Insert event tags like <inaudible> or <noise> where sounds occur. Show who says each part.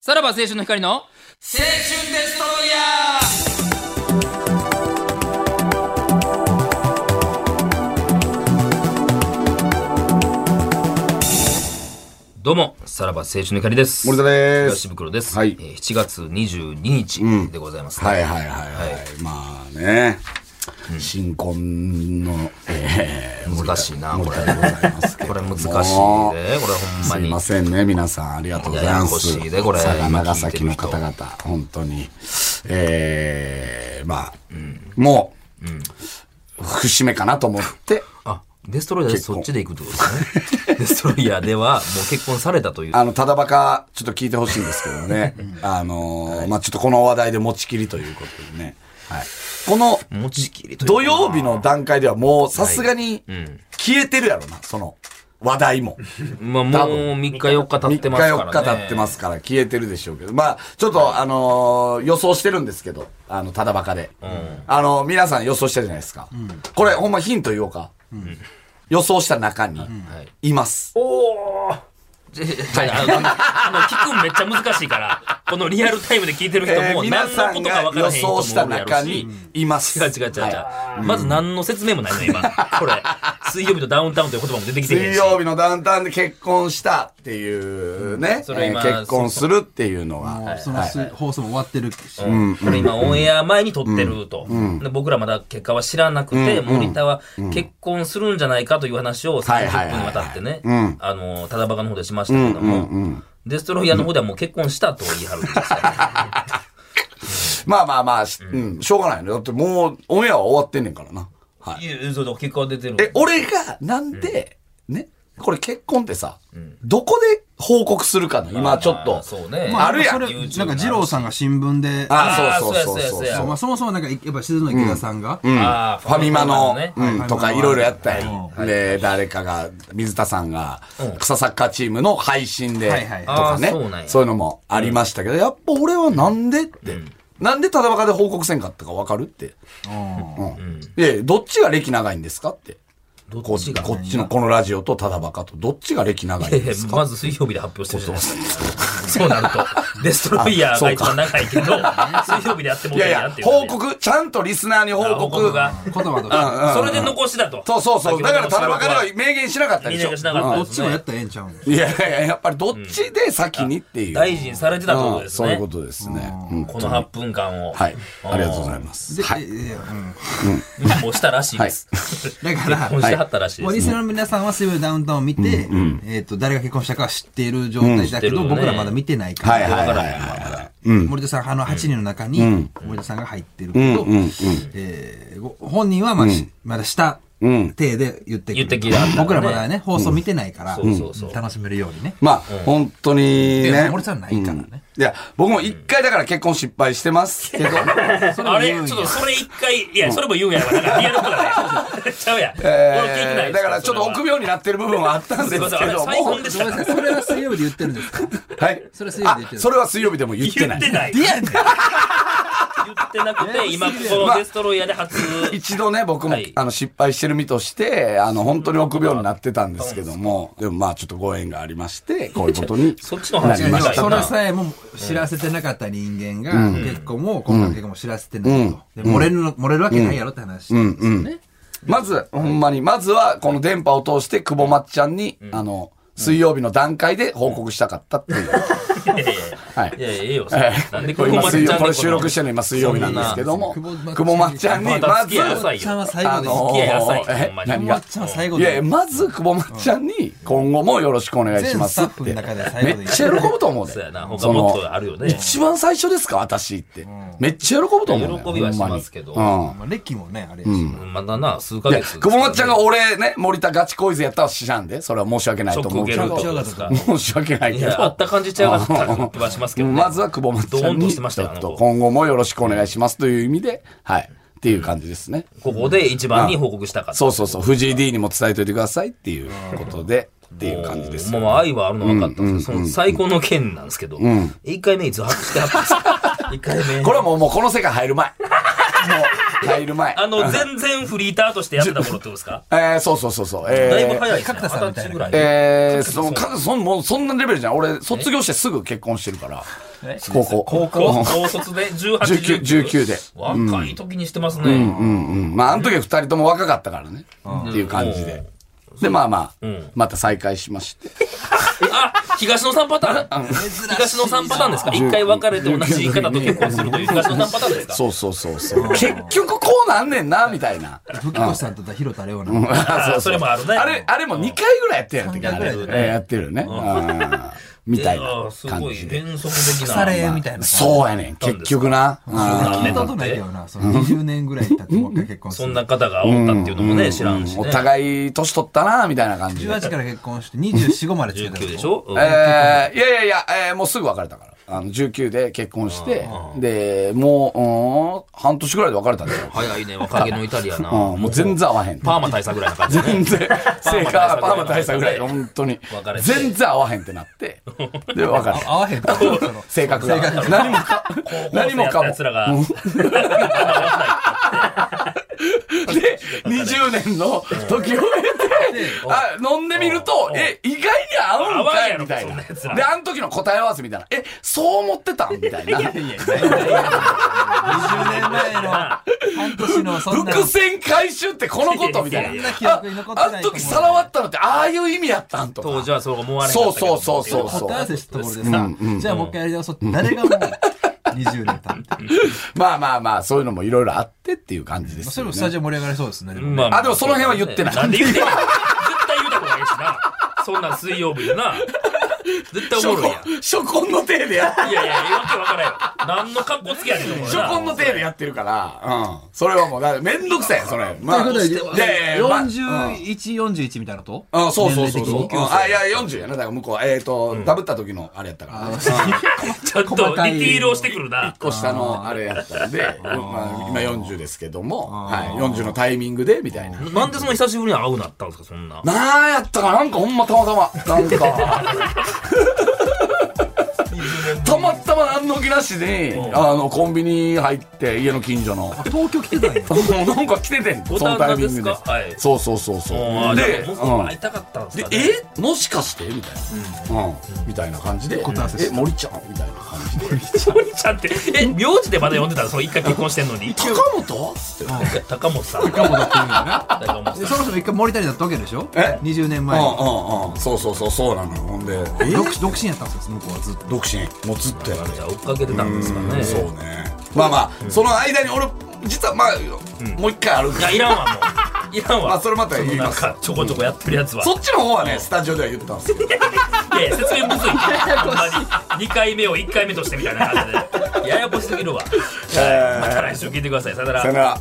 Speaker 1: さらば青春の光の青春デストロイヤーどうも、さらば青春の光です。
Speaker 2: 森田です
Speaker 1: 東袋です。
Speaker 2: はい
Speaker 1: えー7月22日でございますね、
Speaker 2: はいはいはいはい。まあね、新婚の、えー
Speaker 1: 難しいな、こ
Speaker 2: 森
Speaker 1: れ
Speaker 2: 田。でございますけ
Speaker 1: こ
Speaker 2: ど
Speaker 1: れ
Speaker 2: も
Speaker 1: 難しいで、これほんます
Speaker 2: い
Speaker 1: に。
Speaker 2: ませんね、皆さん。ありがとうございま
Speaker 1: や
Speaker 2: す。
Speaker 1: やこしいでこれ
Speaker 2: 佐賀、
Speaker 1: 今
Speaker 2: 長
Speaker 1: 聞いて
Speaker 2: 崎
Speaker 1: る
Speaker 2: の
Speaker 1: 人
Speaker 2: 方々、本当に。えー、まあ、もう、節目かなと思って、
Speaker 1: <laughs> あ、デストロイヤーでそっちで行くってことです
Speaker 2: <laughs>
Speaker 1: ね。デストロイヤーではもう結婚されたという。
Speaker 2: あの、ただバカ、ちょっと聞いてほしいんですけどね。あのーまあちょっとこの話題で持ちきりということでね。はい。この、
Speaker 1: 持ちきりというか
Speaker 2: 土曜日の段階ではもうさすがに消えてるやろな、その話題
Speaker 1: <laughs>
Speaker 2: も。
Speaker 1: まあもう3日4日経
Speaker 2: 3
Speaker 1: って
Speaker 2: 日
Speaker 1: ますからね。
Speaker 2: 4日経ってますから消えてるでしょうけど。まあ、ちょっとあのー予想してるんですけど、あの、ただバカで。あの、皆さん予想したじゃないですか。これほんまヒント言おうか。予想した中に
Speaker 1: はい。
Speaker 2: います。
Speaker 1: はい、あの、 <laughs> あの聞くんめっちゃ難しいから、このリアルタイムで聞いてる人
Speaker 2: えー
Speaker 1: も
Speaker 2: 皆
Speaker 1: 何の
Speaker 2: さ
Speaker 1: こ
Speaker 2: ん
Speaker 1: とか
Speaker 2: が
Speaker 1: 分からへ
Speaker 2: 予
Speaker 1: ん人もお
Speaker 2: 想
Speaker 1: る
Speaker 2: した
Speaker 1: やろ
Speaker 2: 中
Speaker 1: し。
Speaker 2: にいます。
Speaker 1: 違う違う違う違う、
Speaker 2: はい
Speaker 1: まず何の説明もないの
Speaker 2: <laughs>
Speaker 1: 今。これ、水曜日とダウンタウンという言葉も出てきてへん
Speaker 2: 水
Speaker 1: し。
Speaker 2: 曜日のダウンタウンで結婚したっていうね、
Speaker 1: それ今
Speaker 2: えー結婚するっていうのが。
Speaker 3: もうそのす放送も終わってるし、
Speaker 1: これ今オンエア前に撮ってると、で僕らまだ結果は知らなくて、森田は結婚するんじゃないかという話を
Speaker 2: はいはいはい
Speaker 1: 30分にわたってね、あの、ただバカの方でしましたけども、デストロイヤーの方ではもう結婚したと言い張るんです
Speaker 2: <laughs>
Speaker 1: から、
Speaker 2: まあまあまあ、しうん、しょうがないね。だってもう、オンエアは終わってんねんからな。はい。
Speaker 1: いやそうだ結果は出てる。
Speaker 2: え、俺が、なんで、ね、これ結婚ってさ、どこで報告するかの、今ちょっ
Speaker 1: まあ
Speaker 2: と。
Speaker 1: そうね。
Speaker 2: まああるやん
Speaker 3: それ
Speaker 1: YouTube
Speaker 3: なんか二郎さんが新聞で、
Speaker 2: あ
Speaker 1: あ
Speaker 2: そうそうそう
Speaker 1: そ
Speaker 2: そう
Speaker 1: やそうやそう
Speaker 2: う
Speaker 1: や
Speaker 2: そう。
Speaker 3: まあ、そもそもなんかやっぱ静野池田さんが、
Speaker 1: あー
Speaker 2: ファミマの、
Speaker 1: ね
Speaker 2: うん、とかいろいろやったり
Speaker 3: は、
Speaker 2: で、誰かが、水田さんが、草サッカーチームの配信で、
Speaker 3: はいはい
Speaker 2: とか
Speaker 1: あ
Speaker 2: ね
Speaker 1: ーそうなんや、
Speaker 2: そういうのもありましたけど、やっぱ俺はなんでって、なんでただバカで報告せんかったかわかるって。
Speaker 3: うん
Speaker 2: うん。いやいやどっちが歴長いんですかって。
Speaker 1: ど
Speaker 2: こ
Speaker 1: っ
Speaker 2: っ
Speaker 1: ち
Speaker 2: ち
Speaker 1: が
Speaker 2: こっちのこのラジオとただバカと、どっちが歴長いん
Speaker 1: え
Speaker 2: で
Speaker 1: え
Speaker 2: すか
Speaker 1: まず水曜日で発表してるじゃないですか。そうなると、デストロイヤーが一番長いけど、水曜日でやっても
Speaker 2: い
Speaker 1: ら
Speaker 2: や
Speaker 1: え
Speaker 2: い
Speaker 1: や
Speaker 2: や
Speaker 1: って、いうね
Speaker 2: 報告、ちゃんとリスナーに報
Speaker 1: あ
Speaker 2: 告。
Speaker 1: 報告が。
Speaker 3: 言葉として
Speaker 1: それで残しだと。
Speaker 2: そうそうそう。だからただバカでは
Speaker 1: 先
Speaker 2: 明言しなかったでし
Speaker 1: ほ
Speaker 2: ょ。
Speaker 1: どしなかった
Speaker 3: ど
Speaker 1: で
Speaker 3: っち
Speaker 1: す
Speaker 3: も
Speaker 1: ね
Speaker 3: やったらええんちゃうん
Speaker 2: うんいやいや、やっぱりどっちで先にっていう。
Speaker 1: 大事にされてたってことです
Speaker 2: うんそうい
Speaker 1: ね。
Speaker 2: うことですね。うん
Speaker 1: この8分間を。
Speaker 2: はい。ありがとうござ
Speaker 1: す。
Speaker 2: います。
Speaker 3: で、
Speaker 2: はい。
Speaker 3: いやいやうん
Speaker 1: もうしたらしいです。
Speaker 3: だか
Speaker 1: 結
Speaker 3: ら
Speaker 1: 婚してはったらしい
Speaker 3: もう
Speaker 1: で
Speaker 3: リ
Speaker 1: す。
Speaker 3: スナーの皆さんは水曜日のダウンタウンを見て、えっと誰が結婚したかは知っている状態
Speaker 1: う
Speaker 3: だけど、
Speaker 1: ん知ってるよね
Speaker 3: 僕らまだ見てないから、
Speaker 2: はいはいはい
Speaker 1: わ
Speaker 2: は
Speaker 1: から
Speaker 2: い
Speaker 1: へん
Speaker 2: は
Speaker 3: 森田さんあの8人の中に、森田さんが入ってることを、えーご本人はまあしまだ下手で言って
Speaker 1: 言って
Speaker 3: く
Speaker 1: き
Speaker 3: る
Speaker 1: たんだね
Speaker 3: 僕らまだね放送見てないから
Speaker 1: そうそうそう
Speaker 3: 楽しめるようにね
Speaker 2: い。まあ、本当に
Speaker 3: で
Speaker 2: ね。
Speaker 3: 森田さんないからね
Speaker 2: うんいや、僕も一回だから結婚失敗してますけど。
Speaker 1: あれちょっとそれ一回、いや、それも言うんやわ。なんかリアルことだね。ちゃうやん。
Speaker 2: え
Speaker 1: 俺聞いてない
Speaker 2: ー
Speaker 1: です
Speaker 2: だからちょっと臆病になってる部分はあったんですす
Speaker 1: いません、あ
Speaker 2: け
Speaker 1: れ
Speaker 2: ど
Speaker 1: 再
Speaker 2: も
Speaker 1: 婚。でし
Speaker 3: ごめん
Speaker 1: た
Speaker 3: な
Speaker 1: か
Speaker 3: さ
Speaker 1: ら。
Speaker 3: いそれは水曜日で言ってるんですか
Speaker 2: はい。
Speaker 3: それは水曜日で言って
Speaker 2: あ
Speaker 3: る
Speaker 2: それは水曜日でも言って
Speaker 1: 言
Speaker 2: な
Speaker 1: っ
Speaker 2: い
Speaker 1: て。ない。
Speaker 3: いやね
Speaker 1: 言ってなくて、今このデストロイヤーで初。
Speaker 2: 一度ね、僕も、
Speaker 1: はい
Speaker 2: あの失敗してる身として、あの本当に臆病になってたんですけども、でもまあちょっとご縁がありまして、こういうことに
Speaker 1: そっちの話
Speaker 2: なりました
Speaker 3: そ
Speaker 1: な
Speaker 3: れさえも知らせてなかった人間が、結婚も今回の結婚も知らせてないと。で漏れるの、漏れるわけないやろって話なんですよね。
Speaker 2: まず、ほんまに、まずはこの電波を通して、久保まっちゃんに、あの、水曜日の段階で報告したかったっていう。
Speaker 1: いやいやいや。
Speaker 2: はい
Speaker 1: いやいや、ええよ。それ
Speaker 2: え
Speaker 1: な
Speaker 2: え
Speaker 1: んでこ
Speaker 2: これ
Speaker 1: こ
Speaker 2: 今
Speaker 1: ま
Speaker 2: 水
Speaker 1: でちゃ
Speaker 2: 曜
Speaker 1: んと
Speaker 2: これ収録してるの今水曜日なんですけども、久保まっちゃんに、
Speaker 1: また
Speaker 2: ま
Speaker 1: 付
Speaker 2: ず
Speaker 1: き、合いなさい
Speaker 3: ちゃんは最
Speaker 2: あ
Speaker 3: 後で
Speaker 2: の
Speaker 1: 付き合いなさい
Speaker 2: え
Speaker 1: ほんまに
Speaker 2: 何
Speaker 3: ま
Speaker 2: が
Speaker 3: っちゃんは最後
Speaker 2: い
Speaker 3: で
Speaker 2: やいや、まず、久保まっちゃんに、今後もよろしくお願いしますって。め
Speaker 3: 全スタッフの中で最後で
Speaker 2: っちゃ喜ぶと思う
Speaker 1: そうや
Speaker 2: で
Speaker 1: な。。他
Speaker 2: そ
Speaker 1: もっ
Speaker 2: の
Speaker 1: とあるよね。
Speaker 2: 一番最初ですか私って。めっちゃ喜ぶと思うね。
Speaker 1: 喜びはし
Speaker 2: ほんに
Speaker 1: ますけど
Speaker 2: うん。
Speaker 3: まあ、レッキーもね、あれやし
Speaker 1: まだな、数ヶ
Speaker 2: いや、
Speaker 1: 月。
Speaker 2: 久保まっちゃんが俺ね、森田ガチ恋ズやったら知らんで。それは申し訳ない
Speaker 1: ショ
Speaker 2: と
Speaker 1: ック
Speaker 2: 思う
Speaker 1: 受
Speaker 2: け
Speaker 1: ける
Speaker 2: ど
Speaker 1: と。ですか。
Speaker 2: 申し訳ない
Speaker 1: い
Speaker 2: け
Speaker 1: や、あっ
Speaker 2: ど。
Speaker 1: た感じちゃうがった気はしますけどね。
Speaker 2: まずは久保まっちゃん
Speaker 1: ドーンと
Speaker 2: に、
Speaker 1: してまし
Speaker 2: ち
Speaker 1: た
Speaker 2: ょ
Speaker 1: よあ
Speaker 2: っ
Speaker 1: の
Speaker 2: と
Speaker 1: 子
Speaker 2: 今後もよろしくお願いしますという意味で、はい。っていう感じですね。
Speaker 1: ここで一番に報告したかった。
Speaker 2: そうそうそう。藤井 D にも伝えといてくださいっていうことで、っていう感じです。
Speaker 1: もうまあ愛はあるの分かったんですけど、その最高の件なんですけど、一回目いつ発表してはったんですか一回目。
Speaker 2: これはもう、もうこの世界入る前。もう、入る前。
Speaker 1: あの、全然フリーターとしてやってた頃ってことですか
Speaker 2: えー、そうそうそうそう。えー、
Speaker 1: だいぶ早いですね。
Speaker 3: 角田さんみ
Speaker 1: 二十
Speaker 3: たいな
Speaker 1: 歳ぐらい
Speaker 2: えー、その、かそんもうそんなレベルじゃん。俺、卒業してすぐ結婚してるから。
Speaker 1: ね
Speaker 2: 高校
Speaker 1: 高校高卒で18、
Speaker 2: 19
Speaker 1: 19。
Speaker 2: 19で
Speaker 1: 若い時にしてますね。
Speaker 2: うんうん。まあ、あの時は二人とも若かったからね。っていう感じで。で、まあまあ、また再会しまして。
Speaker 1: あ、東野さんパターン東野さんパターンですか一回別れて同じ方と結婚するという東野さんパターンですか
Speaker 2: そうそうそうそう。結局こうなんねんな、みたいな。
Speaker 3: 吹越さんとだ広田レオナ。
Speaker 2: あ
Speaker 1: それもあるね
Speaker 2: あれ、あれも2回ぐらいやってるやん
Speaker 3: 三回ぐらいだ
Speaker 1: よね
Speaker 2: やってるよね。うんみたいな
Speaker 1: あす
Speaker 2: 感
Speaker 1: ごい
Speaker 2: じで。
Speaker 1: 変則的
Speaker 3: 腐
Speaker 1: な。
Speaker 3: れみたいな。
Speaker 2: そうやねん、結局な。うん
Speaker 3: 聞いたことないけどな、その20年ぐらい経ってもう一回結婚す
Speaker 1: そ
Speaker 3: る。
Speaker 1: んな方がおったっていうのもね、知らんし
Speaker 2: お
Speaker 1: ね。
Speaker 2: 互い年取ったな、みたいな感じで。
Speaker 3: 18から結婚して24、5まで付き合って
Speaker 1: 19
Speaker 3: た
Speaker 1: でしょうん
Speaker 2: えーいやいやいや、えーもうすぐ別れたから。あの、19で結婚して、で、もう、うん半年ぐらいで別れたんだよ。
Speaker 1: 早いね、若気のイタリアな。
Speaker 2: うんもう全然合わへん。
Speaker 1: パーマ大佐ぐらいな感じね。
Speaker 2: 全然、成果はパーマ大佐ぐらい、本当に
Speaker 1: 別れ。て
Speaker 2: 全然合わへんってなって、で、別 <laughs> れた。
Speaker 3: 合わへんから、そろそろ
Speaker 2: 性格が。何もか、何もかも
Speaker 1: や。つらが。
Speaker 2: で、20年の時を経て、あ飲んでみると、え、意外に合うんかいみたい
Speaker 1: 合わんやろそんなやつ
Speaker 2: な。
Speaker 1: ら
Speaker 2: で、あの時の答え合わせみたいな。え、そう思ってたんみたいな。
Speaker 3: 20年前の半年のそんな。
Speaker 2: 伏線回収ってこのことみた
Speaker 1: い
Speaker 2: い
Speaker 1: や
Speaker 2: な。
Speaker 3: いやいや
Speaker 2: ああの時さらわったのって、ああいう意味やったんと
Speaker 1: 当
Speaker 2: か。
Speaker 1: 時はそう思われなかったけど
Speaker 2: そうそうそうそう
Speaker 3: 答え合わせしたところでさ、じゃあもう一回やり直そうって誰がもう20年経って。
Speaker 2: まあまあまあ、そういうのもいろいろあってっていう感じです
Speaker 3: そ
Speaker 2: よ
Speaker 3: れ
Speaker 2: ね
Speaker 3: もス。タジオ盛り上がりそうですね。でもね
Speaker 1: ま
Speaker 2: あでもその辺は言ってない
Speaker 1: なんで言ってんの絶対言うた方がいいしな。そんなん水曜日でな。絶対おもろいやん。
Speaker 2: 初婚の体でやって
Speaker 1: いやいや、わけわからんよ。何の格好つけやねんお前な。
Speaker 2: 初婚の体でやってるから、うん。それはもう、だからめんどくさいやんそれ。まあ、
Speaker 3: ということ
Speaker 2: いやい
Speaker 3: で、
Speaker 2: やまあうん
Speaker 3: 41、41みたいなと
Speaker 2: あそうそうそうそう。
Speaker 3: 年齢的
Speaker 2: う
Speaker 3: に
Speaker 2: んあ、いや、40やな。だから向こう、えっ、と、ダブった時のあれやったから。
Speaker 1: ちょっとデ
Speaker 3: 細
Speaker 1: ィ
Speaker 3: かい
Speaker 1: ティールをしてくるな。
Speaker 2: 個下のあれやったんで、まあ、今40ですけども、はい、40のタイミングで、みたいな。
Speaker 1: なんでその久しぶりに会うなったんですか、そんな。
Speaker 2: なんやったかななんかほんまたまたま。なんか。たまたま何の気なしで、あの、コンビニ入って、家の近所の。
Speaker 3: 東京来てたんや。
Speaker 2: なんか来ててん、そのタ
Speaker 1: ボタンな
Speaker 2: イミングで
Speaker 1: んですかはい。
Speaker 2: そうそうそうそう
Speaker 1: も。う
Speaker 2: で、
Speaker 1: で、僕も
Speaker 2: うん
Speaker 1: 会いたかったんです
Speaker 2: で
Speaker 1: か、ね。
Speaker 2: えもしかしてみたいな、うんみたいな感じで
Speaker 3: 答え合わせし
Speaker 2: え森ちゃんみたいな感じで
Speaker 1: 森ちゃんって、え、名字でまだ呼んでたのその一回結婚してんのに。
Speaker 2: 高本って
Speaker 1: 高本さん。
Speaker 3: かもだっていう
Speaker 1: 高本
Speaker 3: のがな。で、
Speaker 1: さ
Speaker 3: そ
Speaker 1: ん。
Speaker 3: ろそろ一回森谷だったわけでしょ
Speaker 2: え
Speaker 3: ?20 年
Speaker 2: う
Speaker 3: 前に。
Speaker 2: んうんうんそうそうそうそうなのよほんでえ
Speaker 3: 独独身やったんですよ、向こうはずっと。
Speaker 2: 独身もうずっとやられて
Speaker 1: じゃあ追っかけてたんですか
Speaker 2: うん
Speaker 1: ね。
Speaker 2: そうねまあまあその間に俺実はまあもう一回ある
Speaker 1: いや、いらんわ、もう。いらんわ。
Speaker 2: まあそれまた言い
Speaker 1: な
Speaker 2: ま
Speaker 1: ん
Speaker 2: す
Speaker 1: か、ちょこちょこやってるやつは。
Speaker 2: そっちの方はねスタジオでは言ったんですけど
Speaker 1: いやいや説明むずい。ほんまに。2回目を1回目としてみたいな感じで。ややこしすぎるわ。はいまた来週聞いてください。さよなら
Speaker 2: さよ。なら